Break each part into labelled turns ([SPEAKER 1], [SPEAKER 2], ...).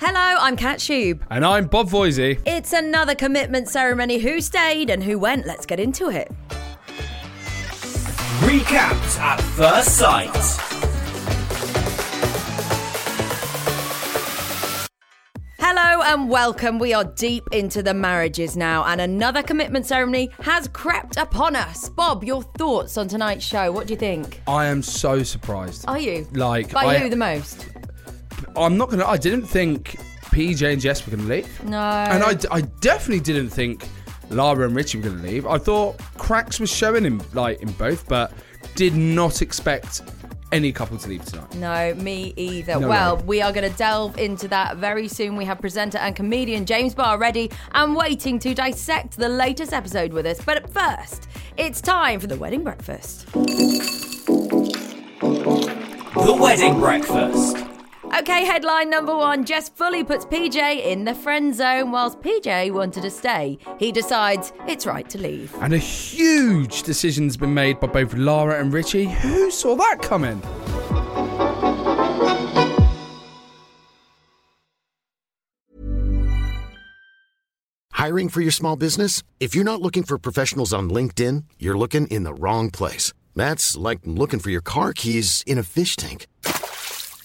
[SPEAKER 1] Hello, I'm Kat Shube.
[SPEAKER 2] And I'm Bob Voisey.
[SPEAKER 1] It's another commitment ceremony. Who stayed and who went? Let's get into it.
[SPEAKER 3] Recapped at first sight.
[SPEAKER 1] Hello and welcome. We are deep into the marriages now, and another commitment ceremony has crept upon us. Bob, your thoughts on tonight's show? What do you think?
[SPEAKER 2] I am so surprised.
[SPEAKER 1] Are you?
[SPEAKER 2] Like,
[SPEAKER 1] By
[SPEAKER 2] I-
[SPEAKER 1] who the most?
[SPEAKER 2] I'm not gonna. I didn't think PJ and Jess were gonna leave.
[SPEAKER 1] No.
[SPEAKER 2] And I, d- I definitely didn't think Lara and Richie were gonna leave. I thought cracks was showing in like in both, but did not expect any couple to leave tonight.
[SPEAKER 1] No, me either.
[SPEAKER 2] No
[SPEAKER 1] well,
[SPEAKER 2] way.
[SPEAKER 1] we are going to delve into that very soon. We have presenter and comedian James Barr ready and waiting to dissect the latest episode with us. But first, it's time for the wedding breakfast.
[SPEAKER 3] The wedding breakfast.
[SPEAKER 1] Okay, headline number one Jess fully puts PJ in the friend zone. Whilst PJ wanted to stay, he decides it's right to leave.
[SPEAKER 2] And a huge decision's been made by both Lara and Richie. Who saw that coming?
[SPEAKER 4] Hiring for your small business? If you're not looking for professionals on LinkedIn, you're looking in the wrong place. That's like looking for your car keys in a fish tank.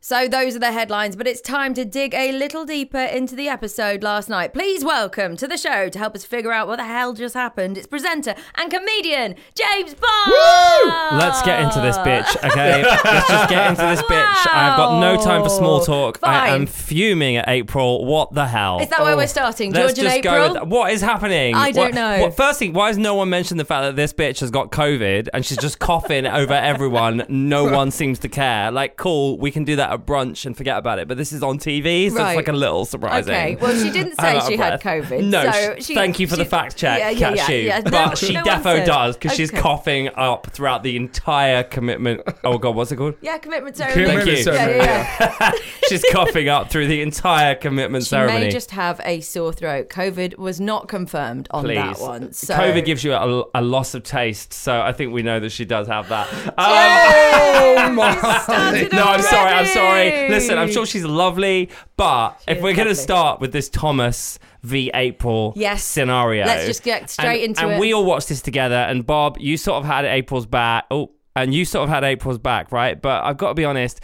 [SPEAKER 1] So, those are the headlines, but it's time to dig a little deeper into the episode last night. Please welcome to the show to help us figure out what the hell just happened. It's presenter and comedian James Barr!
[SPEAKER 5] Let's get into this
[SPEAKER 1] Ah.
[SPEAKER 5] bitch, okay? Let's just get into this bitch. I've got no time for small
[SPEAKER 1] Wow.
[SPEAKER 5] talk. I
[SPEAKER 1] Fine.
[SPEAKER 5] am fuming at April. What the hell? Oh,
[SPEAKER 1] Is that where we're starting?
[SPEAKER 5] Let's
[SPEAKER 1] George and
[SPEAKER 5] just go
[SPEAKER 1] April?
[SPEAKER 5] with that. What is happening?
[SPEAKER 1] I don't
[SPEAKER 5] What-
[SPEAKER 1] know.
[SPEAKER 5] What, firstly, why has no one mentioned the fact that this bitch has got COVID and she's just coughing over everyone? No one seems to care. Like, cool, we can do that at brunch and forget about it. But this is on TV, so
[SPEAKER 1] Right.
[SPEAKER 5] it's like a little surprising.
[SPEAKER 1] Okay, well, she didn't
[SPEAKER 5] I'm
[SPEAKER 1] say
[SPEAKER 5] out of
[SPEAKER 1] she had
[SPEAKER 5] breath.
[SPEAKER 1] COVID.
[SPEAKER 5] No,
[SPEAKER 1] so
[SPEAKER 5] sh-
[SPEAKER 1] she-
[SPEAKER 5] thank you for the
[SPEAKER 1] she-
[SPEAKER 5] fact check,
[SPEAKER 1] Yeah, yeah, yeah,
[SPEAKER 5] Cashew.
[SPEAKER 1] yeah. No-
[SPEAKER 5] But she
[SPEAKER 1] no one
[SPEAKER 5] defo
[SPEAKER 1] said.
[SPEAKER 5] does because she's
[SPEAKER 1] Okay.
[SPEAKER 5] coughing up throughout the entire commitment. Oh god, what's it called?
[SPEAKER 1] Yeah, commitment ceremony.
[SPEAKER 2] Commitment
[SPEAKER 5] Thank you.
[SPEAKER 1] Yeah,
[SPEAKER 2] ceremony,
[SPEAKER 1] yeah, yeah.
[SPEAKER 5] She's coughing up through the entire commitment
[SPEAKER 1] She
[SPEAKER 5] ceremony.
[SPEAKER 1] may just have a sore throat. COVID was not confirmed on
[SPEAKER 5] Please.
[SPEAKER 1] that one. So.
[SPEAKER 5] COVID gives you a, a loss of taste, so I think we know that she does have that. Um,
[SPEAKER 2] Oh my!
[SPEAKER 1] started
[SPEAKER 5] no, I'm sorry. I'm sorry.
[SPEAKER 1] already.
[SPEAKER 5] Listen, I'm sure she's lovely, but if
[SPEAKER 1] is
[SPEAKER 5] we're going to
[SPEAKER 1] lovely.
[SPEAKER 5] start with this Thomas v April
[SPEAKER 1] Yes.
[SPEAKER 5] scenario,
[SPEAKER 1] Let's just get straight
[SPEAKER 5] and-
[SPEAKER 1] into
[SPEAKER 5] and
[SPEAKER 1] it.
[SPEAKER 5] we all watched this together. And Bob, you sort of had April's back. Oh, and you sort of had April's back, right? But I've got to be honest.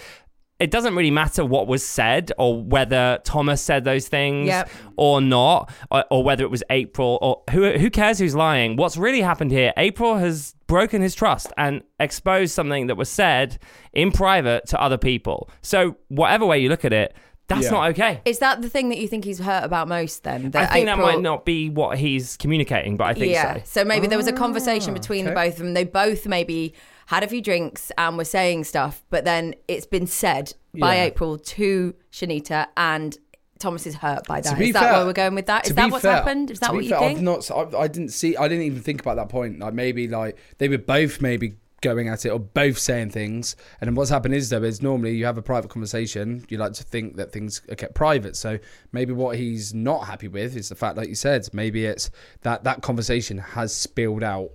[SPEAKER 5] It doesn't really matter what was said or whether Thomas said those things
[SPEAKER 1] Yep.
[SPEAKER 5] or not, or, or whether it was April or who who cares who's lying. What's really happened here? April has broken his trust and exposed something that was said in private to other people. So whatever way you look at it, that's
[SPEAKER 2] Yeah.
[SPEAKER 5] not okay.
[SPEAKER 1] Is that the thing that you think he's hurt about most then?
[SPEAKER 5] I think
[SPEAKER 1] April-
[SPEAKER 5] that might not be what he's communicating, but I think
[SPEAKER 1] yeah.
[SPEAKER 5] so. Ah,
[SPEAKER 1] maybe there was a conversation between the both of them. They both maybe had a few drinks and were saying stuff, but then it's been said by
[SPEAKER 2] Yeah.
[SPEAKER 1] April to Shanita and Thomas is hurt by that.
[SPEAKER 2] To be
[SPEAKER 1] Is that
[SPEAKER 2] fair-
[SPEAKER 1] where we're going with that? Is
[SPEAKER 2] to
[SPEAKER 1] that
[SPEAKER 2] be
[SPEAKER 1] what's
[SPEAKER 2] fair-
[SPEAKER 1] happened? Is
[SPEAKER 2] to
[SPEAKER 1] that
[SPEAKER 2] be
[SPEAKER 1] what you
[SPEAKER 2] fair,
[SPEAKER 1] think?
[SPEAKER 2] I've not. I, I didn't see. I didn't even think about that point. Like maybe like they were both maybe going at it or both saying things. And then what's happened is though is normally you have a private conversation. You like to think that things are kept private. So maybe what he's not happy with is the fact, like you said, maybe it's that that conversation has spilled out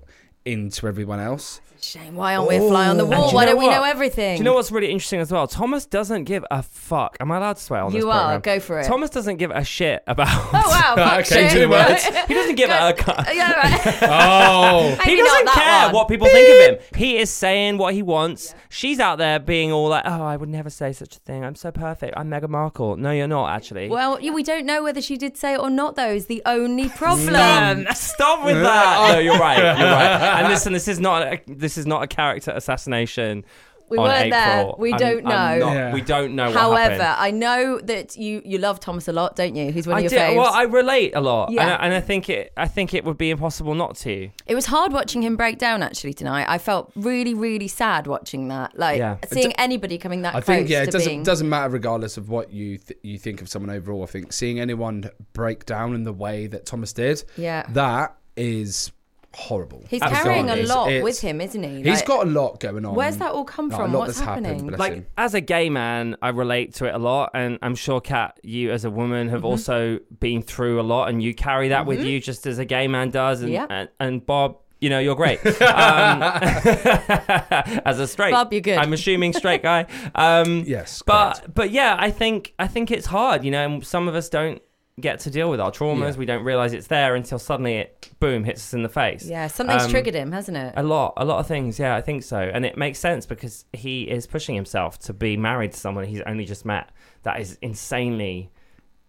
[SPEAKER 2] into everyone else.
[SPEAKER 1] Shame. Why aren't we a fly on the
[SPEAKER 5] Oh, And
[SPEAKER 1] wall?
[SPEAKER 5] do you
[SPEAKER 1] Why
[SPEAKER 5] know
[SPEAKER 1] don't we
[SPEAKER 5] what?
[SPEAKER 1] know everything?
[SPEAKER 5] Do you know what's really interesting as well? Thomas doesn't give a fuck. Am I allowed to swear on this
[SPEAKER 1] You are.
[SPEAKER 5] programme?
[SPEAKER 1] Go for it.
[SPEAKER 5] Thomas doesn't give a shit about.
[SPEAKER 1] Oh wow! fuck
[SPEAKER 2] Okay,
[SPEAKER 1] shit.
[SPEAKER 2] two words.
[SPEAKER 5] he doesn't give a. cu-
[SPEAKER 1] Yeah, right.
[SPEAKER 2] Oh,
[SPEAKER 1] Maybe
[SPEAKER 5] he doesn't
[SPEAKER 1] not that
[SPEAKER 5] care
[SPEAKER 1] one.
[SPEAKER 5] what people think of him. He is saying what he wants. She's out there being all like, "Oh, I would never say such a thing. I'm so perfect. I'm Meghan Markle." No, you're not actually.
[SPEAKER 1] Well, yeah, we don't know whether she did say it or not, though, is the only problem.
[SPEAKER 5] Um, stop with that. No, you're right. You're right. And listen, this is not a, this is not a character assassination.
[SPEAKER 1] We
[SPEAKER 5] on
[SPEAKER 1] weren't there.
[SPEAKER 5] April.
[SPEAKER 1] We
[SPEAKER 5] I'm-
[SPEAKER 1] don't
[SPEAKER 5] I'm
[SPEAKER 1] know.
[SPEAKER 5] not-
[SPEAKER 2] Yeah.
[SPEAKER 5] We don't know. what happened.
[SPEAKER 1] However, I know that you, you love Thomas a lot, don't you? He's one of
[SPEAKER 5] I
[SPEAKER 1] your
[SPEAKER 5] do.
[SPEAKER 1] faves.
[SPEAKER 5] Well, I relate a lot,
[SPEAKER 1] Yeah.
[SPEAKER 5] and, I, and I think it. I think it would be impossible not to.
[SPEAKER 1] it was hard watching him break down actually tonight. I felt really, really sad watching that. Like
[SPEAKER 5] Yeah.
[SPEAKER 1] seeing anybody coming that
[SPEAKER 2] I
[SPEAKER 1] close
[SPEAKER 2] think yeah,
[SPEAKER 1] to
[SPEAKER 2] it doesn't
[SPEAKER 1] being.
[SPEAKER 2] doesn't matter regardless of what you th- you think of someone overall. I think seeing anyone break down in the way that Thomas did,
[SPEAKER 1] Yeah.
[SPEAKER 2] that is horrible.
[SPEAKER 1] He's
[SPEAKER 2] It's
[SPEAKER 1] carrying a
[SPEAKER 2] horrible.
[SPEAKER 1] lot
[SPEAKER 2] It's-
[SPEAKER 1] with him, isn't he?
[SPEAKER 2] He's
[SPEAKER 1] Like-
[SPEAKER 2] got a lot going on.
[SPEAKER 1] Where's that all come
[SPEAKER 2] Like,
[SPEAKER 1] from?
[SPEAKER 2] A lot
[SPEAKER 1] What's
[SPEAKER 2] that's
[SPEAKER 1] happening?
[SPEAKER 2] happened. Bless
[SPEAKER 5] like
[SPEAKER 2] him.
[SPEAKER 5] as a gay man i relate to it a lot and i'm sure kat you as a woman
[SPEAKER 1] Mm-hmm.
[SPEAKER 5] have also been through a lot and you carry that with you just as a gay man does and
[SPEAKER 1] Yep.
[SPEAKER 5] and, and bob you know you're great um, as a straight
[SPEAKER 1] Bob, you're good.
[SPEAKER 5] i'm assuming straight guy um
[SPEAKER 2] Yes,
[SPEAKER 5] but
[SPEAKER 2] correct.
[SPEAKER 5] but yeah i think i think it's hard you know and some of us don't get to deal with our traumas
[SPEAKER 2] Yeah.
[SPEAKER 5] we don't realize it's there until suddenly it boom hits us in the face
[SPEAKER 1] yeah, something's
[SPEAKER 5] Um,
[SPEAKER 1] triggered him, hasn't it?
[SPEAKER 5] a lot, a lot of things. Yeah, I think so, and it makes sense because he is pushing himself to be married to someone he's only just met. That is insanely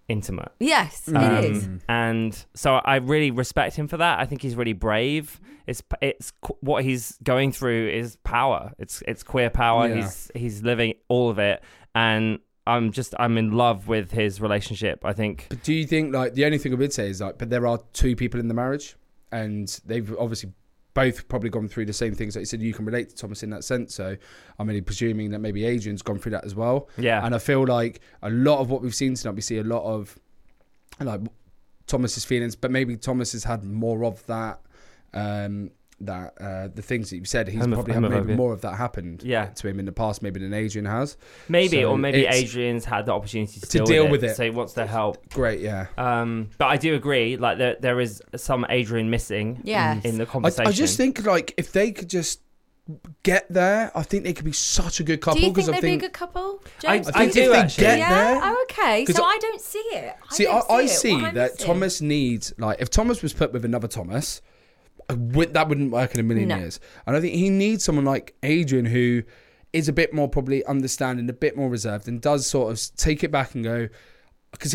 [SPEAKER 5] intimate,
[SPEAKER 1] yes,
[SPEAKER 5] Um,
[SPEAKER 1] it is.
[SPEAKER 5] and so I really respect him for that. I think he's really brave. It's it's qu- what he's going through is power. It's it's queer power.
[SPEAKER 2] Yeah.
[SPEAKER 5] He's he's living all of it, and I'm just I'm in love with his relationship. I think
[SPEAKER 2] But do you think like the only thing I would say is like, but there are two people in the marriage, and they've obviously both probably gone through the same things that you said. You can relate to Thomas in that sense, so I'm only presuming that maybe Adrian's gone through that as well.
[SPEAKER 5] Yeah.
[SPEAKER 2] and I feel like a lot of what we've seen tonight, we see a lot of like Thomas's feelings, but maybe Thomas has had more of that. Um, that uh, the things that you said, he's
[SPEAKER 5] Homoph-
[SPEAKER 2] probably had maybe
[SPEAKER 5] homophobia.
[SPEAKER 2] more of that happened
[SPEAKER 5] Yeah.
[SPEAKER 2] to him in the past, maybe than Adrian has.
[SPEAKER 5] maybe
[SPEAKER 2] So
[SPEAKER 5] or maybe
[SPEAKER 2] it's-
[SPEAKER 5] Adrian's had the opportunity to,
[SPEAKER 2] To deal with it.
[SPEAKER 5] so he wants to help.
[SPEAKER 2] Great, yeah.
[SPEAKER 5] Um, but I do agree, like there there is some Adrian missing
[SPEAKER 1] Yes.
[SPEAKER 5] in the
[SPEAKER 2] I,
[SPEAKER 5] conversation.
[SPEAKER 2] I just think like if they could just get there, I think they could be such a good
[SPEAKER 1] Do
[SPEAKER 2] couple.
[SPEAKER 1] you think
[SPEAKER 2] Because
[SPEAKER 1] they'd
[SPEAKER 2] I
[SPEAKER 1] be a
[SPEAKER 2] think,
[SPEAKER 1] good couple?
[SPEAKER 5] I-
[SPEAKER 1] James,
[SPEAKER 2] I
[SPEAKER 5] I
[SPEAKER 2] think
[SPEAKER 5] do
[SPEAKER 2] if they
[SPEAKER 5] actually.
[SPEAKER 2] get
[SPEAKER 1] yeah.
[SPEAKER 2] there,
[SPEAKER 1] Oh, okay.
[SPEAKER 2] 'Cause
[SPEAKER 1] So
[SPEAKER 2] I-
[SPEAKER 1] I, don't see it. I
[SPEAKER 2] see, I,
[SPEAKER 1] don't
[SPEAKER 2] I
[SPEAKER 1] it.
[SPEAKER 2] see
[SPEAKER 1] What am I
[SPEAKER 2] that
[SPEAKER 1] missing?
[SPEAKER 2] Thomas needs like if Thomas was put with another Thomas, I would, that wouldn't work in a million
[SPEAKER 1] No.
[SPEAKER 2] years. And I think he needs someone like Adrian who is a bit more probably understanding, a bit more reserved, and does sort of take it back and go because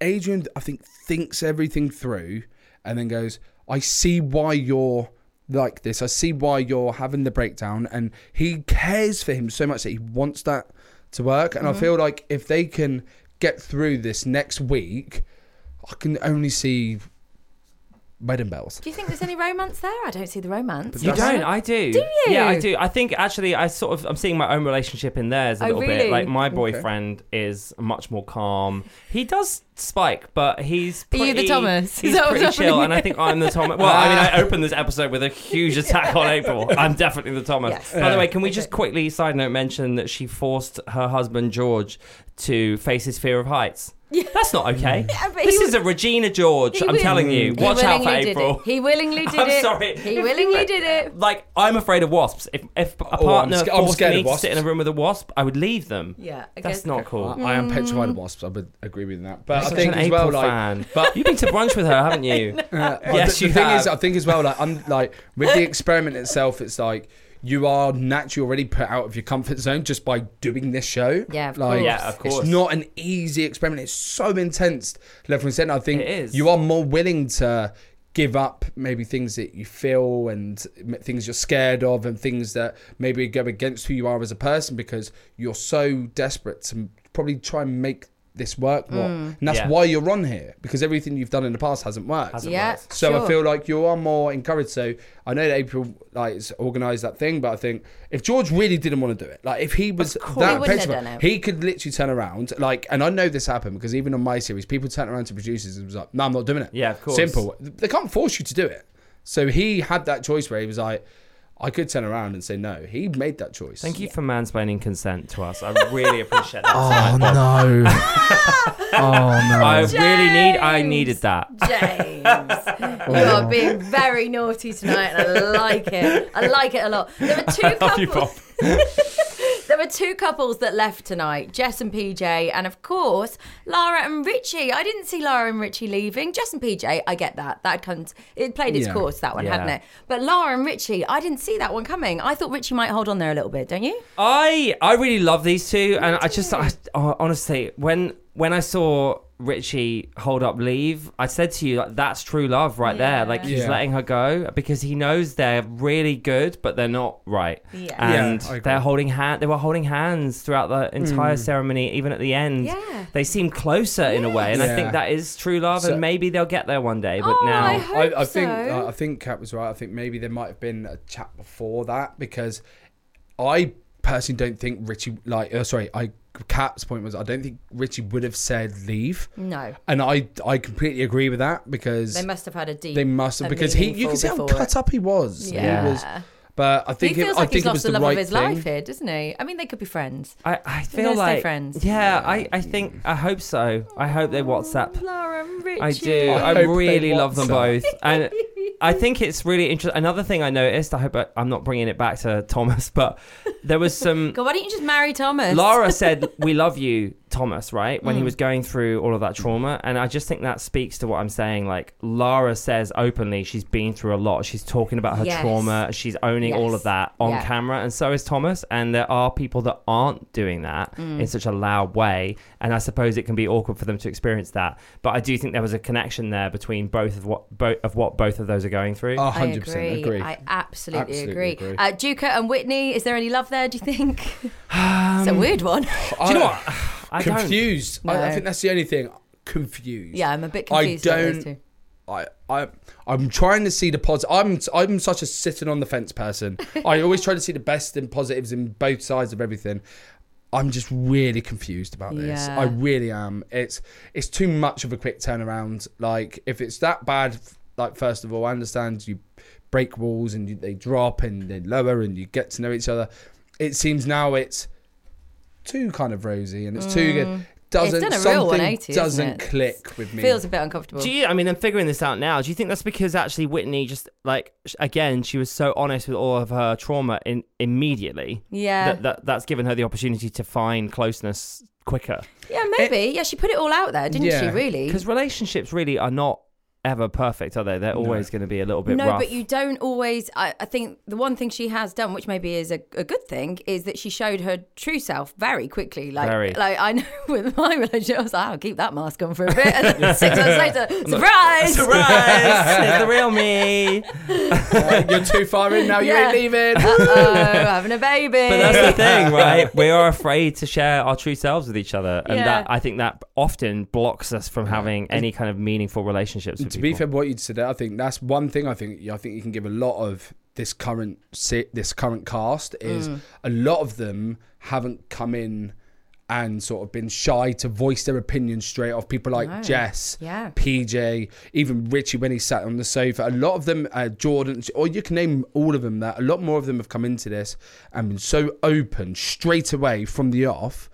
[SPEAKER 2] Adrian I think thinks everything through and then goes, I see why you're like this. I see why you're having the breakdown, and he cares for him so much that he wants that to work. And I feel like if they can get through this next week, I can only see wedding bells.
[SPEAKER 1] Do you think there's any romance there? I don't see the romance.
[SPEAKER 5] you
[SPEAKER 2] That's-
[SPEAKER 5] don't. I do. Do
[SPEAKER 1] you?
[SPEAKER 5] Yeah, I do. I think actually, I sort of I'm seeing my own relationship in theirs a
[SPEAKER 1] Oh,
[SPEAKER 5] little
[SPEAKER 1] really?
[SPEAKER 5] bit. Like my boyfriend is much more calm. He does spike, but he's
[SPEAKER 1] Are
[SPEAKER 5] pretty,
[SPEAKER 1] you the Thomas?
[SPEAKER 5] He's
[SPEAKER 1] Is that
[SPEAKER 5] pretty
[SPEAKER 1] what's
[SPEAKER 5] chill,
[SPEAKER 1] happening?
[SPEAKER 5] and I think I'm the Thomas. Well, I mean, I opened this episode with a huge attack on April. I'm definitely the Thomas.
[SPEAKER 1] Yes.
[SPEAKER 5] By the way, can we just quickly side note mention that she forced her husband George to face his fear of heights. That's not okay.
[SPEAKER 1] but
[SPEAKER 5] this
[SPEAKER 1] he
[SPEAKER 5] is a Regina George.
[SPEAKER 1] He
[SPEAKER 5] I'm
[SPEAKER 1] will-
[SPEAKER 5] telling you.
[SPEAKER 1] He
[SPEAKER 5] Watch out for
[SPEAKER 1] willingly did
[SPEAKER 5] April.
[SPEAKER 1] It. He willingly did
[SPEAKER 5] I'm
[SPEAKER 1] it.
[SPEAKER 5] sorry.
[SPEAKER 1] He willingly did it.
[SPEAKER 5] Like I'm afraid of wasps. If if a
[SPEAKER 2] Oh, I'm
[SPEAKER 5] partner
[SPEAKER 2] sca- I'm
[SPEAKER 5] forced
[SPEAKER 2] scared
[SPEAKER 5] me
[SPEAKER 2] of
[SPEAKER 5] to sit in a
[SPEAKER 2] wasps.
[SPEAKER 5] room with a wasp, I would leave them.
[SPEAKER 1] Yeah, I
[SPEAKER 5] that's
[SPEAKER 1] guess-
[SPEAKER 5] not cool.
[SPEAKER 2] I, I am petrified of wasps. I would agree with that. But
[SPEAKER 5] I'm
[SPEAKER 2] I
[SPEAKER 5] such
[SPEAKER 2] think
[SPEAKER 5] an
[SPEAKER 2] as
[SPEAKER 5] April
[SPEAKER 2] well, like,
[SPEAKER 5] fan.
[SPEAKER 2] but Uh,
[SPEAKER 5] You've been to brunch with her, haven't you?
[SPEAKER 2] Well,
[SPEAKER 5] Yes,
[SPEAKER 2] the,
[SPEAKER 5] you
[SPEAKER 2] the thing
[SPEAKER 5] have.
[SPEAKER 2] is, uh, I think as well, like, I'm, like with the experiment itself, it's like you are naturally already put out of your comfort zone just by doing this show.
[SPEAKER 1] Yeah, of
[SPEAKER 2] like,
[SPEAKER 1] course.
[SPEAKER 5] Yeah, of course.
[SPEAKER 2] It's not an easy experiment. It's so intense. Left and centre. I think
[SPEAKER 5] It is.
[SPEAKER 2] you are more willing to give up maybe things that you feel and m- things you're scared of and things that maybe go against who you are as a person because you're so desperate to probably try and make this work more. And that's
[SPEAKER 5] Yeah.
[SPEAKER 2] why you're on here because everything you've done in the past hasn't worked.
[SPEAKER 5] Hasn't
[SPEAKER 1] Yeah.
[SPEAKER 5] worked.
[SPEAKER 2] So
[SPEAKER 1] sure.
[SPEAKER 2] I feel like you are more encouraged. So I know that April like has organised that thing, but I think if George really didn't want to do it, like if he was
[SPEAKER 5] course. He
[SPEAKER 2] that
[SPEAKER 1] wouldn't have
[SPEAKER 2] petrified,
[SPEAKER 1] done it.
[SPEAKER 2] he could literally turn around. Like, and I know this happened because even on my series, people turn around to producers and was like, "No, I'm not doing it."
[SPEAKER 5] Yeah, of course.
[SPEAKER 2] Simple. They can't force you to do it. So he had that choice where he was like, "I could turn around and say no." He made that choice.
[SPEAKER 5] Thank you for mansplaining consent to us. I really appreciate that.
[SPEAKER 2] Oh no! oh no!
[SPEAKER 5] I really need. I
[SPEAKER 1] James.
[SPEAKER 5] needed that.
[SPEAKER 1] James, you are being very naughty tonight, and I like it. I like it a lot. There were two
[SPEAKER 5] Love you,
[SPEAKER 1] couples. there were two couples that left tonight: Jess and PJ, and of course Lara and Richie. I didn't see Lara and Richie leaving. Jess and PJ, I get that. That comes. It played its
[SPEAKER 2] Yeah.
[SPEAKER 1] course that one,
[SPEAKER 5] Yeah.
[SPEAKER 1] hadn't it? But Lara and Richie, I didn't see that one coming. I thought Richie might hold on there a little bit, don't you?
[SPEAKER 5] I I really love these two, and I just I, oh, honestly when when I saw Richie hold up leave, I said to you like that's true love right there. Like he's
[SPEAKER 2] Yeah.
[SPEAKER 5] letting her go because he knows they're really good, but they're not right.
[SPEAKER 1] Yeah.
[SPEAKER 5] and
[SPEAKER 2] Yeah, I agree. Mm.
[SPEAKER 5] they're holding hand. They were holding hands throughout the entire ceremony, even at the end.
[SPEAKER 1] Yeah.
[SPEAKER 5] they seem closer in a way, and I
[SPEAKER 2] Yeah.
[SPEAKER 5] think that is true love,
[SPEAKER 2] So-
[SPEAKER 5] and maybe they'll get there one day. But
[SPEAKER 1] Oh,
[SPEAKER 5] now
[SPEAKER 1] I hope
[SPEAKER 2] I, I
[SPEAKER 1] so.
[SPEAKER 2] think I I think Kat was right. I think maybe there might have been a chat before that because I personally don't think Richie like uh, sorry I Kat's point was I don't think Richie would have said leave.
[SPEAKER 1] No.
[SPEAKER 2] And I I completely agree with that because
[SPEAKER 1] They must have had a deep.
[SPEAKER 2] they must have
[SPEAKER 1] and
[SPEAKER 2] because he you
[SPEAKER 1] meaningful
[SPEAKER 2] can see how
[SPEAKER 1] before
[SPEAKER 2] cut
[SPEAKER 1] it.
[SPEAKER 2] up he was.
[SPEAKER 1] Yeah.
[SPEAKER 2] He was but I
[SPEAKER 1] He
[SPEAKER 2] think it,
[SPEAKER 1] feels
[SPEAKER 2] I
[SPEAKER 1] like
[SPEAKER 2] think
[SPEAKER 1] he's
[SPEAKER 2] it
[SPEAKER 1] lost
[SPEAKER 2] was
[SPEAKER 1] the,
[SPEAKER 2] the,
[SPEAKER 1] love
[SPEAKER 2] right
[SPEAKER 1] of his
[SPEAKER 2] thing.
[SPEAKER 1] life here, doesn't he? I mean, they could be friends.
[SPEAKER 5] I, I feel
[SPEAKER 1] they're
[SPEAKER 5] like
[SPEAKER 1] friends.
[SPEAKER 5] Yeah, I, I think I hope so. I hope they WhatsApp.
[SPEAKER 1] Lara and Richie. Oh,
[SPEAKER 5] I do. I,
[SPEAKER 2] hope they
[SPEAKER 5] really love them
[SPEAKER 2] WhatsApp.
[SPEAKER 5] both, and I think it's really interesting. Another thing I noticed. I hope I, I'm not bringing it back to Thomas, but there was some.
[SPEAKER 1] God, why don't you just marry Thomas? Mm.
[SPEAKER 5] Laura said, "We love you, Thomas." Right when he was going through all of that trauma, and I just think that speaks to what I'm saying. Like Laura says openly, she's been through a lot. She's talking about her
[SPEAKER 1] Yes.
[SPEAKER 5] trauma. She's owning all
[SPEAKER 1] Yes.
[SPEAKER 5] of that on
[SPEAKER 1] Yeah.
[SPEAKER 5] camera, and so is Thomas. And there are people that aren't doing that
[SPEAKER 1] Mm.
[SPEAKER 5] in such a loud way, and I suppose it can be awkward for them to experience that. But I do think there was a connection there between both of what both of what both of those are going through.
[SPEAKER 2] A
[SPEAKER 1] I
[SPEAKER 2] hundred percent
[SPEAKER 1] agree.
[SPEAKER 2] agree.
[SPEAKER 1] I absolutely,
[SPEAKER 2] Absolutely
[SPEAKER 1] agree.
[SPEAKER 2] agree.
[SPEAKER 1] Uh, Duca and Whitney, is there any love there? Do you think?
[SPEAKER 5] Um,
[SPEAKER 1] it's a weird one.
[SPEAKER 2] Do you know what?
[SPEAKER 5] I don't-
[SPEAKER 2] confused. I, I
[SPEAKER 1] No.
[SPEAKER 2] think that's the only thing. Confused.
[SPEAKER 1] yeah, I'm a bit
[SPEAKER 2] I
[SPEAKER 1] confused. about those
[SPEAKER 2] don't.
[SPEAKER 1] two.
[SPEAKER 2] I, I I'm trying to see the pos. I'm I'm such a sitting on the fence person. I always try to see the best and positives in both sides of everything. I'm just really confused about this.
[SPEAKER 1] Yeah.
[SPEAKER 2] I really am. It's it's too much of a quick turnaround. Like if it's that bad, f- like first of all, I understand you break walls and you, they drop and they lower and you get to know each other. It seems now it's too kind of rosy and it's too good.
[SPEAKER 1] Mm.
[SPEAKER 2] Doesn't
[SPEAKER 1] done a real
[SPEAKER 2] something
[SPEAKER 1] 180, isn't
[SPEAKER 2] doesn't
[SPEAKER 1] it?
[SPEAKER 2] click with me?
[SPEAKER 1] Feels a bit uncomfortable.
[SPEAKER 5] Do you? I mean, I'm figuring this out now. Do you think that's because actually Whitney just like sh- again she was so honest with all of her trauma in immediately
[SPEAKER 1] Yeah.
[SPEAKER 5] that, that that's given her the opportunity to find closeness quicker
[SPEAKER 1] yeah, maybe. yeah, she put it all out there, didn't she?
[SPEAKER 2] Yeah.
[SPEAKER 1] Really?
[SPEAKER 5] because relationships really are not ever perfect, are they? They're always going to be a little bit
[SPEAKER 1] no,
[SPEAKER 5] rough.
[SPEAKER 1] but you don't always. I, I think the one thing she has done, which maybe is a, a good thing, is that she showed her true self very quickly. Like,
[SPEAKER 5] Very.
[SPEAKER 1] like I know with my relationship, I was like, I'll keep that mask on for a bit, and then six months later, surprise,
[SPEAKER 5] Surprise! it's the real me.
[SPEAKER 2] You're too far in now.
[SPEAKER 1] Yeah.
[SPEAKER 2] You ain't leaving.
[SPEAKER 1] oh, having a baby.
[SPEAKER 5] But that's the thing, right? We are afraid to share our true selves with each other, and
[SPEAKER 1] Yeah.
[SPEAKER 5] that I think that often blocks us from having any kind of meaningful relationships. With
[SPEAKER 2] to
[SPEAKER 5] people.
[SPEAKER 2] be fair, what you said, there, I think that's one thing. I think I think you can give a lot of this current si- this current cast is
[SPEAKER 1] Mm.
[SPEAKER 2] a lot of them haven't come in and sort of been shy to voice their opinion straight off. People like Jess,
[SPEAKER 1] Yeah.
[SPEAKER 2] PJ, even Richie when he sat on the sofa. A lot of them, uh, Jordan, or you can name all of them. That a lot more of them have come into this and been so open straight away from the off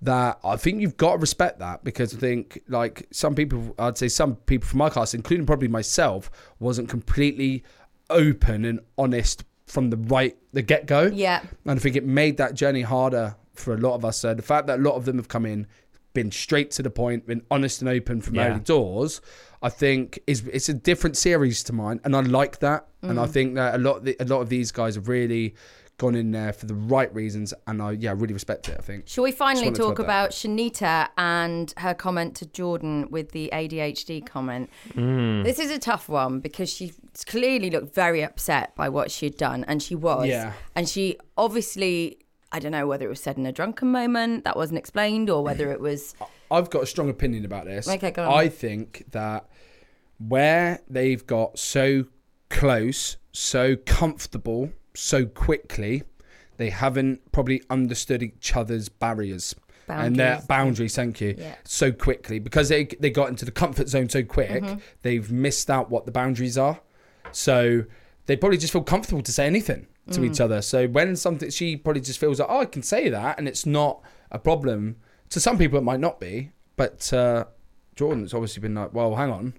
[SPEAKER 2] that I think you've got to respect that because I think like some people, I'd say some people from my class, including probably myself, wasn't completely open and honest from the right the get go.
[SPEAKER 1] Yeah.
[SPEAKER 2] and I think it made that journey harder for a lot of us. So the fact that a lot of them have come in, been straight to the point, been honest and open from
[SPEAKER 5] Yeah.
[SPEAKER 2] early doors, I think is it's a different series to mine, and I like that. And I think that a lot of the, a lot of these guys have really gone in there for the right reasons, and I yeah I really respect it. I think.
[SPEAKER 1] Shall we finally
[SPEAKER 2] Just wanted to
[SPEAKER 1] talk
[SPEAKER 2] add that.
[SPEAKER 1] about Shanita and her comment to Jordan with the ADHD comment?
[SPEAKER 5] Mm.
[SPEAKER 1] This is a tough one because she clearly looked very upset by what she had done, and she was.
[SPEAKER 2] Yeah.
[SPEAKER 1] And she obviously, I don't know whether it was said in a drunken moment, that wasn't explained, or whether it was.
[SPEAKER 2] I've got a strong opinion about this.
[SPEAKER 1] Okay, go on.
[SPEAKER 2] I think that where they've got so close, so comfortable, so quickly, they haven't probably understood each other's barriers. And their
[SPEAKER 1] Boundaries.
[SPEAKER 2] boundaries, thank you,
[SPEAKER 1] Yeah.
[SPEAKER 2] so quickly because they they got into the comfort zone so quick,
[SPEAKER 1] Mm-hmm.
[SPEAKER 2] they've missed out what the boundaries are. So they probably just feel comfortable to say anything to each
[SPEAKER 1] Mm.
[SPEAKER 2] other. So when something, she probably just feels like, oh, I can say that, and it's not a problem. To some people, it might not be, but uh, Jordan's obviously been like, well, hang on,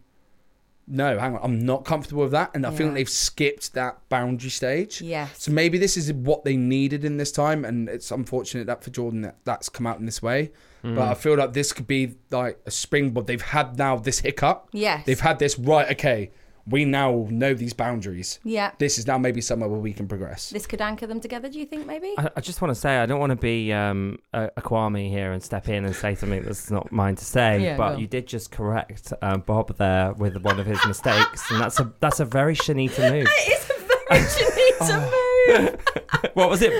[SPEAKER 2] no, hang on, I'm not comfortable with that, and I feel
[SPEAKER 1] Yeah.
[SPEAKER 2] like they've skipped that boundary stage.
[SPEAKER 1] Yes.
[SPEAKER 2] So maybe this is what they needed in this time, and it's unfortunate that for Jordan that that's come out in this way.
[SPEAKER 1] Hmm.
[SPEAKER 2] But I feel like this could be like a springboard. They've had now this hiccup.
[SPEAKER 1] Yes.
[SPEAKER 2] They've had this right. Okay, we now know these boundaries.
[SPEAKER 1] Yeah.
[SPEAKER 2] This is now maybe somewhere where we can progress.
[SPEAKER 1] This could anchor them together, do you think, maybe?
[SPEAKER 5] I, I just want to say I don't want to be um, a, a Kwame here and step in and say something that's not mine to say.
[SPEAKER 1] Yeah,
[SPEAKER 5] but
[SPEAKER 1] go.
[SPEAKER 5] you did just correct um, Bob there with one of his mistakes, and that's a that's a very Shanita move.
[SPEAKER 1] it's a very Shanita move.
[SPEAKER 5] what was it?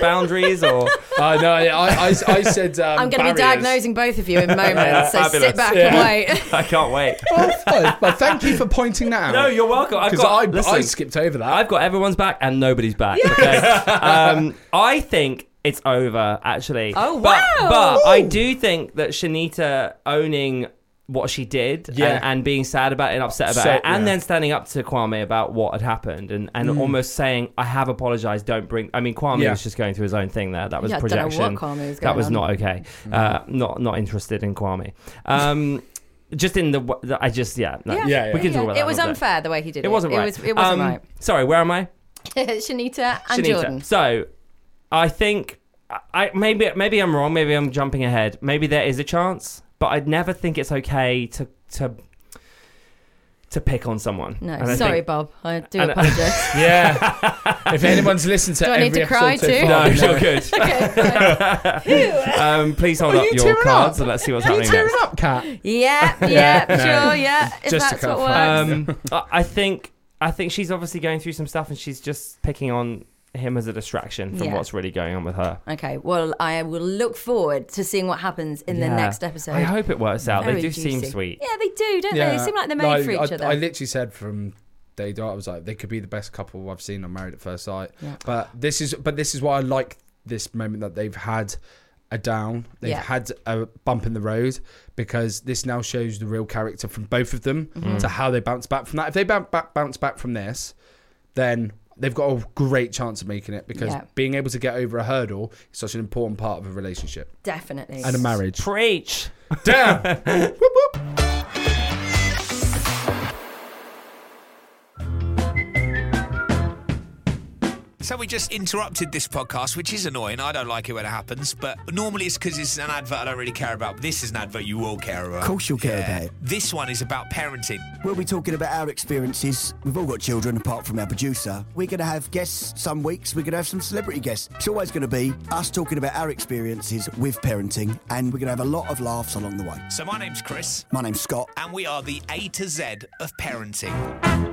[SPEAKER 5] Boundaries or
[SPEAKER 2] Uh, no, I, I, I I said. Um,
[SPEAKER 1] I'm going to be
[SPEAKER 2] barriers.
[SPEAKER 1] diagnosing both of you in moments, so sit
[SPEAKER 5] Fabulous.
[SPEAKER 1] back and wait.
[SPEAKER 5] I can't wait.
[SPEAKER 2] Oh, f- but thank you for pointing that out.
[SPEAKER 5] No, you're welcome. I've
[SPEAKER 2] Because
[SPEAKER 5] got.
[SPEAKER 2] I,
[SPEAKER 5] listen,
[SPEAKER 2] I skipped over that.
[SPEAKER 5] I've got everyone's back and nobody's back. Okay. um, I think it's over, actually.
[SPEAKER 1] Oh,
[SPEAKER 5] But-
[SPEAKER 1] wow.
[SPEAKER 5] But, I
[SPEAKER 2] Ooh.
[SPEAKER 5] do think that Shanita owning what she did
[SPEAKER 2] Yeah.
[SPEAKER 5] and, and being sad about it and upset about
[SPEAKER 2] So-
[SPEAKER 5] it, and
[SPEAKER 2] yeah.
[SPEAKER 5] then standing up to Kwame about what had happened and, and
[SPEAKER 1] Mm.
[SPEAKER 5] almost saying, I have apologized, don't bring. I mean, Kwame
[SPEAKER 2] Yeah.
[SPEAKER 5] was just going through his own thing there. That was
[SPEAKER 1] Yeah, I don't know what
[SPEAKER 5] projection.
[SPEAKER 1] Kwame was
[SPEAKER 5] that
[SPEAKER 1] going
[SPEAKER 5] was
[SPEAKER 1] on. Mm.
[SPEAKER 5] not okay. Uh, not not interested in Kwame. Um, just in the, w- the- I just, yeah. No,
[SPEAKER 2] Yeah, yeah.
[SPEAKER 5] We can talk about that.
[SPEAKER 1] It was
[SPEAKER 5] another day.
[SPEAKER 1] unfair the way he did it.
[SPEAKER 5] It wasn't right.
[SPEAKER 1] It, was, it wasn't
[SPEAKER 5] Um,
[SPEAKER 1] right.
[SPEAKER 5] Sorry, where am I?
[SPEAKER 1] Shanita and
[SPEAKER 5] Shanita.
[SPEAKER 1] Jordan.
[SPEAKER 5] So, I think I maybe maybe I'm wrong. Maybe I'm jumping ahead. Maybe there is a chance, but I'd never think it's okay to to to pick on someone.
[SPEAKER 1] No,
[SPEAKER 5] And I
[SPEAKER 1] sorry,
[SPEAKER 5] think-
[SPEAKER 1] Bob. I do
[SPEAKER 5] and I-
[SPEAKER 1] apologise.
[SPEAKER 2] Yeah. if anyone's listened to
[SPEAKER 1] Do I
[SPEAKER 2] every
[SPEAKER 1] need to cry
[SPEAKER 2] episode so
[SPEAKER 1] too?
[SPEAKER 2] far,
[SPEAKER 5] no,
[SPEAKER 2] they know.
[SPEAKER 5] you're good. um, please hold
[SPEAKER 2] Are
[SPEAKER 5] up
[SPEAKER 2] you
[SPEAKER 5] your
[SPEAKER 2] tearing
[SPEAKER 5] cards
[SPEAKER 2] up?
[SPEAKER 5] and let's see what's
[SPEAKER 2] Are you
[SPEAKER 5] happening
[SPEAKER 2] tearing
[SPEAKER 5] next.
[SPEAKER 2] up, Kat?
[SPEAKER 1] yeah, yeah,
[SPEAKER 2] No.
[SPEAKER 1] sure, yeah. If
[SPEAKER 2] Just to
[SPEAKER 1] that's what
[SPEAKER 2] clarify.
[SPEAKER 1] works.
[SPEAKER 5] Um, I I think I think she's obviously going through some stuff, and she's just picking on him as a distraction from
[SPEAKER 1] Yeah.
[SPEAKER 5] what's really going on with her.
[SPEAKER 1] okay, well, I will look forward to seeing what happens in the
[SPEAKER 5] Yeah.
[SPEAKER 1] next episode.
[SPEAKER 5] I hope it works out.
[SPEAKER 1] Very
[SPEAKER 5] they do seem
[SPEAKER 1] juicy.
[SPEAKER 5] sweet.
[SPEAKER 1] Yeah, they do, don't they? They seem like they're made for each
[SPEAKER 2] I,
[SPEAKER 1] other.
[SPEAKER 2] I literally said from day dot, I was like, they could be the best couple I've seen on Married at First Sight.
[SPEAKER 1] Yeah.
[SPEAKER 2] But this is, but this is why I like this moment that they've had a down, they've
[SPEAKER 1] Yeah.
[SPEAKER 2] had a bump in the road because this now shows the real character from both of them
[SPEAKER 1] Mm-hmm.
[SPEAKER 2] to how they bounce back from that. If they bounce back, bounce back from this, then they've got a great chance of making it because
[SPEAKER 1] Yeah.
[SPEAKER 2] being able to get over a hurdle is such an important part of a relationship
[SPEAKER 1] Definitely.
[SPEAKER 2] and a marriage.
[SPEAKER 5] Preach.
[SPEAKER 2] Damn.
[SPEAKER 6] So we just interrupted this podcast, which is annoying. I don't like it when it happens, but normally it's because it's an advert I don't really care about. But this is an advert you will care about. Of
[SPEAKER 7] course you'll care about it.
[SPEAKER 6] This one is about parenting.
[SPEAKER 7] We'll be talking about our experiences. We've all got children, apart from our producer. We're going to have guests some weeks. We're going to have some celebrity guests. It's always going to be us talking about our experiences with parenting, and we're going to have a lot of laughs along the way.
[SPEAKER 6] So my name's Chris,
[SPEAKER 7] My name's Scott.
[SPEAKER 6] and we are the A to Z of parenting.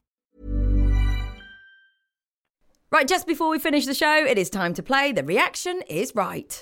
[SPEAKER 1] Right, just before we finish the show, it is time to play The Reaction is Right.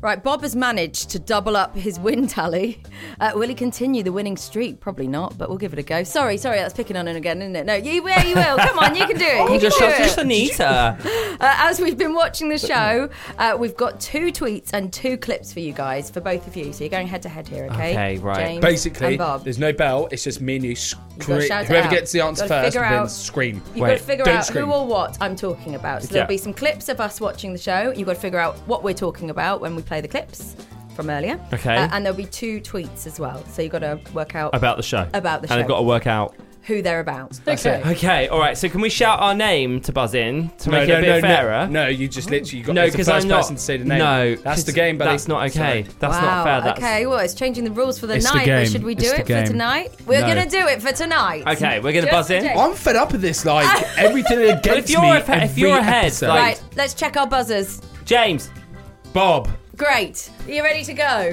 [SPEAKER 1] Right, Bob has managed to double up his win tally. Uh, will he continue the winning streak? Probably not, but we'll give it a go. Sorry, sorry, that's picking on him again, isn't it? No, you will, you will. Come on, you can do it. You
[SPEAKER 5] Oh, Just,
[SPEAKER 1] can
[SPEAKER 5] just
[SPEAKER 1] do it.
[SPEAKER 5] Anita.
[SPEAKER 1] Uh, as we've been watching the show, uh, we've got two tweets and two clips for you guys, for both of you. So you're going head to head here, okay?
[SPEAKER 5] Okay, right.
[SPEAKER 1] James
[SPEAKER 2] Basically,
[SPEAKER 1] Mm. and Bob.
[SPEAKER 2] there's no bell. It's just me and you.
[SPEAKER 1] gotta
[SPEAKER 2] Scream.
[SPEAKER 1] shout it
[SPEAKER 2] Whoever
[SPEAKER 1] out.
[SPEAKER 2] gets the answer
[SPEAKER 1] You've gotta
[SPEAKER 2] first
[SPEAKER 1] figure out-
[SPEAKER 2] wins. Scream.
[SPEAKER 1] You've got to
[SPEAKER 5] Wait,
[SPEAKER 1] figure
[SPEAKER 2] don't
[SPEAKER 1] out
[SPEAKER 2] scream.
[SPEAKER 1] who or what I'm talking about. So
[SPEAKER 5] Yeah.
[SPEAKER 1] there'll be some clips of us watching the show. You've got to figure out what we're talking about when we play the clips from earlier.
[SPEAKER 5] Okay.
[SPEAKER 1] Uh, and there'll be two tweets as well. So you've got to work out
[SPEAKER 5] About the show.
[SPEAKER 1] About the
[SPEAKER 5] And
[SPEAKER 1] show.
[SPEAKER 5] I've got to work out.
[SPEAKER 1] who they're about.
[SPEAKER 2] Okay.
[SPEAKER 5] Okay, all right. So can we shout our name to buzz in to make it a bit
[SPEAKER 2] no,
[SPEAKER 5] fairer?
[SPEAKER 2] No, you
[SPEAKER 1] Oh.
[SPEAKER 2] just literally you got
[SPEAKER 5] No,
[SPEAKER 2] it's the
[SPEAKER 5] 'cause
[SPEAKER 2] first
[SPEAKER 5] I'm not.
[SPEAKER 2] person to say the name.
[SPEAKER 5] No,
[SPEAKER 2] that's the
[SPEAKER 5] 'cause
[SPEAKER 2] game, buddy.
[SPEAKER 5] That's not okay.
[SPEAKER 2] Sorry.
[SPEAKER 5] That's
[SPEAKER 1] wow.
[SPEAKER 5] not fair. That's...
[SPEAKER 1] okay, well, it's changing the rules for the
[SPEAKER 2] It's the
[SPEAKER 1] night,
[SPEAKER 2] game.
[SPEAKER 1] but should we do
[SPEAKER 2] It's the
[SPEAKER 1] it for
[SPEAKER 2] game.
[SPEAKER 1] tonight? We're
[SPEAKER 2] No.
[SPEAKER 1] going to do it for tonight.
[SPEAKER 5] Okay, we're gonna
[SPEAKER 1] Just
[SPEAKER 5] buzz
[SPEAKER 1] to
[SPEAKER 5] in.
[SPEAKER 1] check.
[SPEAKER 2] I'm fed up with this. Like everything against
[SPEAKER 5] But if you're
[SPEAKER 2] me.
[SPEAKER 5] a- if you're
[SPEAKER 2] every
[SPEAKER 5] ahead,
[SPEAKER 2] episode.
[SPEAKER 5] like-
[SPEAKER 1] Right, let's check our buzzers.
[SPEAKER 5] James.
[SPEAKER 2] Bob.
[SPEAKER 1] Great. Are you ready to go?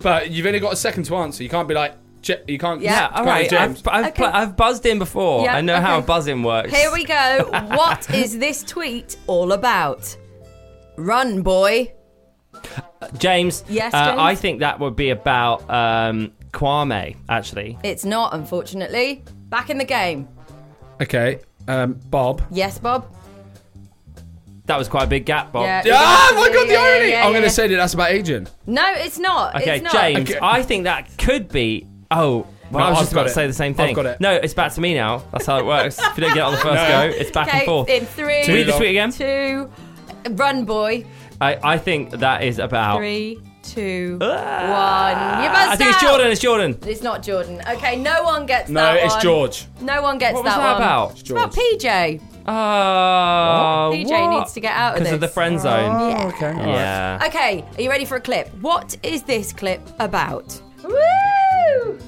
[SPEAKER 2] But you've only got a second to answer. You can't be like, "J- you can't.
[SPEAKER 1] Yeah,
[SPEAKER 2] can't
[SPEAKER 5] All
[SPEAKER 2] be
[SPEAKER 5] right.
[SPEAKER 2] James.
[SPEAKER 5] I've, I've,
[SPEAKER 1] Okay.
[SPEAKER 5] I've buzzed in before.
[SPEAKER 1] Yeah,
[SPEAKER 5] I know how a
[SPEAKER 1] okay.
[SPEAKER 5] buzz in works.
[SPEAKER 1] Here we go. what is this tweet all about? Run, boy.
[SPEAKER 5] James.
[SPEAKER 1] Yes,
[SPEAKER 5] uh,
[SPEAKER 1] James?
[SPEAKER 5] I think that would be about um, Kwame. Actually,
[SPEAKER 1] It's not, unfortunately. Back in the game.
[SPEAKER 2] okay, um, Bob.
[SPEAKER 1] Yes, Bob.
[SPEAKER 5] that was quite a big gap, Bob.
[SPEAKER 1] Yeah.
[SPEAKER 2] Ah,
[SPEAKER 1] Yeah,
[SPEAKER 2] my God,
[SPEAKER 1] yeah,
[SPEAKER 2] the
[SPEAKER 1] yeah,
[SPEAKER 2] irony!
[SPEAKER 1] yeah,
[SPEAKER 2] I'm
[SPEAKER 1] yeah.
[SPEAKER 2] gonna say that that's about Adrian.
[SPEAKER 1] No, it's not.
[SPEAKER 5] Okay,
[SPEAKER 1] it's not.
[SPEAKER 5] James.
[SPEAKER 2] Okay.
[SPEAKER 5] I think that could be. Oh, Well, I was
[SPEAKER 2] I've
[SPEAKER 5] just about
[SPEAKER 2] got
[SPEAKER 5] to
[SPEAKER 2] it.
[SPEAKER 5] say the same
[SPEAKER 2] I've
[SPEAKER 5] thing.
[SPEAKER 2] got it.
[SPEAKER 5] No, it's back to me now. That's how it works. if you don't get it on the first
[SPEAKER 2] No.
[SPEAKER 5] go, it's back
[SPEAKER 1] okay,
[SPEAKER 5] and forth.
[SPEAKER 1] in three,
[SPEAKER 5] Should we do this week again?
[SPEAKER 1] two, run boy,
[SPEAKER 5] I, I think that is about.
[SPEAKER 1] three, two, one.
[SPEAKER 5] Oh. Ah.
[SPEAKER 1] You buzzed
[SPEAKER 5] I think it's
[SPEAKER 1] out.
[SPEAKER 5] Jordan. It's Jordan.
[SPEAKER 1] It's not Jordan. Okay, no one gets
[SPEAKER 2] No,
[SPEAKER 1] that one.
[SPEAKER 2] it's George.
[SPEAKER 1] No one gets
[SPEAKER 5] What was
[SPEAKER 1] that,
[SPEAKER 5] that
[SPEAKER 1] one.
[SPEAKER 5] about?
[SPEAKER 1] It's about PJ.
[SPEAKER 5] Oh,
[SPEAKER 1] PJ needs to get out of
[SPEAKER 5] because of the
[SPEAKER 1] this.
[SPEAKER 5] friend zone.
[SPEAKER 2] Oh, okay. all right.
[SPEAKER 5] Yeah.
[SPEAKER 1] Okay, are you ready for a clip? What is this clip about? Woo!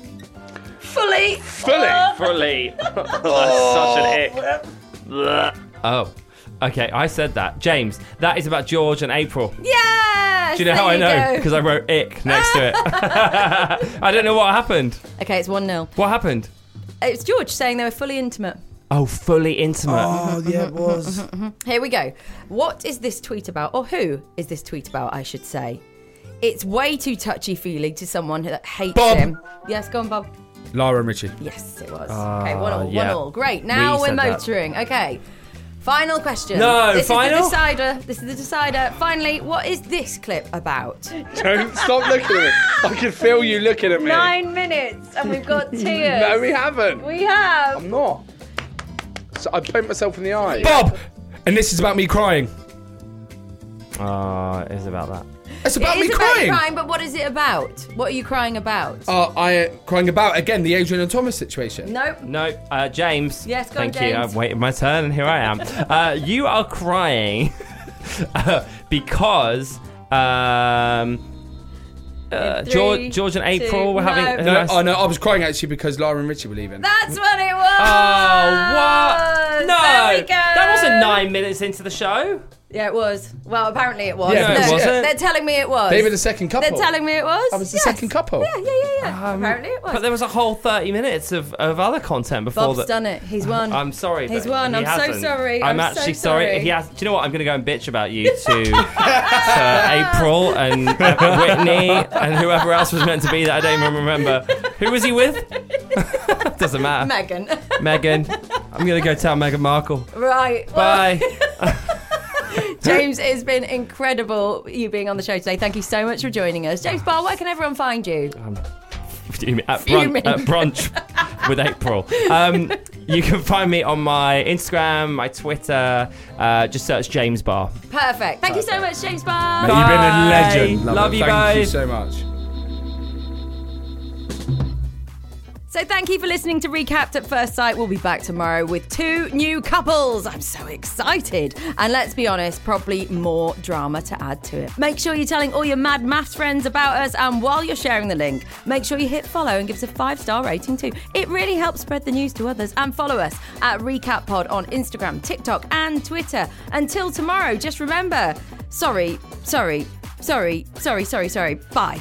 [SPEAKER 1] Fully.
[SPEAKER 5] Fully. Oh. Okay, I said that. James, that is about George and April.
[SPEAKER 1] Yes.
[SPEAKER 5] Do you know how I know? Because I wrote ick next to it. I don't know what happened.
[SPEAKER 1] Okay, it's one 0
[SPEAKER 5] What happened?
[SPEAKER 1] Uh, It's George saying they were fully intimate.
[SPEAKER 5] Oh, fully intimate.
[SPEAKER 2] Oh, yeah, it was.
[SPEAKER 1] Here we go. What is this tweet about, or who is this tweet about? I should say. It's way too touchy feely to someone that hates
[SPEAKER 2] Bob.
[SPEAKER 1] him. Yes, go on, Bob.
[SPEAKER 2] Lara and Richie.
[SPEAKER 1] Yes, it was. okay, one
[SPEAKER 2] Ah,
[SPEAKER 1] all,
[SPEAKER 5] yeah.
[SPEAKER 1] one all. Great. Now
[SPEAKER 5] We
[SPEAKER 1] we are
[SPEAKER 5] said that.
[SPEAKER 1] motoring. Okay. Final question.
[SPEAKER 5] No,
[SPEAKER 1] this
[SPEAKER 5] final?
[SPEAKER 1] Is the decider. This is the decider. Finally, what is this clip about?
[SPEAKER 2] Don't stop looking at me. I can feel you looking at me.
[SPEAKER 1] Nine minutes, and we've got tears.
[SPEAKER 2] No, we haven't.
[SPEAKER 1] We have.
[SPEAKER 2] I'm not. So I poked myself in the eye.
[SPEAKER 5] Bob!
[SPEAKER 2] And this is about me crying.
[SPEAKER 5] Oh, it is about that.
[SPEAKER 2] It's about
[SPEAKER 1] it
[SPEAKER 2] me
[SPEAKER 1] is about
[SPEAKER 2] crying.
[SPEAKER 1] crying, but what is it about? What are you crying about?
[SPEAKER 2] Uh, I crying about again the Adrian and Thomas situation.
[SPEAKER 1] nope.
[SPEAKER 5] No, uh, James.
[SPEAKER 1] Yes, go on,
[SPEAKER 5] Thank you.
[SPEAKER 1] James.
[SPEAKER 5] I've waited my turn, and here I am. uh, you are crying uh, because um, uh,
[SPEAKER 1] three,
[SPEAKER 5] George, George and
[SPEAKER 1] two,
[SPEAKER 5] April were having.
[SPEAKER 1] no.
[SPEAKER 2] No, oh no, I was crying actually because Lara and Richie were leaving.
[SPEAKER 1] That's what it was.
[SPEAKER 5] Oh, Uh, what? No,
[SPEAKER 1] There we go.
[SPEAKER 5] that wasn't nine minutes into the show.
[SPEAKER 1] Yeah, it was. Well, apparently it was.
[SPEAKER 2] Yeah,
[SPEAKER 5] it
[SPEAKER 1] no,
[SPEAKER 5] wasn't.
[SPEAKER 1] They're telling me it was.
[SPEAKER 2] They were the second couple.
[SPEAKER 1] They're telling me it was.
[SPEAKER 2] I was the
[SPEAKER 1] Yes.
[SPEAKER 2] second couple.
[SPEAKER 1] Yeah, yeah, yeah, yeah. Apparently it was.
[SPEAKER 5] Um, But there was a whole thirty minutes of, of other content before
[SPEAKER 1] Bob's
[SPEAKER 5] that.
[SPEAKER 1] done it. He's won.
[SPEAKER 5] I'm sorry.
[SPEAKER 1] He's
[SPEAKER 5] but
[SPEAKER 1] won.
[SPEAKER 5] he
[SPEAKER 1] I'm so
[SPEAKER 5] hasn't.
[SPEAKER 1] sorry.
[SPEAKER 5] I'm,
[SPEAKER 1] I'm so
[SPEAKER 5] actually sorry.
[SPEAKER 1] sorry.
[SPEAKER 5] He has. Do you know what? I'm going to go and bitch about you to, to April and Whitney and whoever else was meant to be that I don't even remember. Who was he with? Doesn't matter.
[SPEAKER 1] Megan.
[SPEAKER 5] Megan. I'm going to go tell Meghan Markle.
[SPEAKER 1] right. Well,
[SPEAKER 5] Bye.
[SPEAKER 1] James, it's been incredible you being on the show today. Thank you so much for joining us. James Barr, where can everyone find you?
[SPEAKER 5] Uh, at, brun-
[SPEAKER 1] Fuming.
[SPEAKER 5] at brunch with April. Um, you can find me on my Instagram, my Twitter. Uh, just search James Barr.
[SPEAKER 1] Perfect. Thank you so much, James Barr.
[SPEAKER 2] Mate, You've been a
[SPEAKER 5] Bye.
[SPEAKER 2] legend.
[SPEAKER 5] Love
[SPEAKER 2] it.
[SPEAKER 5] you
[SPEAKER 2] Thank you
[SPEAKER 5] both.
[SPEAKER 2] so much.
[SPEAKER 1] So thank you for listening to Recapped at First Sight. We'll be back tomorrow with two new couples. I'm so excited. And let's be honest, probably more drama to add to it. Make sure you're telling all your mad maths friends about us. And while you're sharing the link, make sure you hit follow and give us a five star rating too. It really helps spread the news to others. And follow us at Recap Pod on Instagram, TikTok, and Twitter. Until tomorrow, just remember sorry, sorry, sorry, sorry, sorry, sorry. Bye.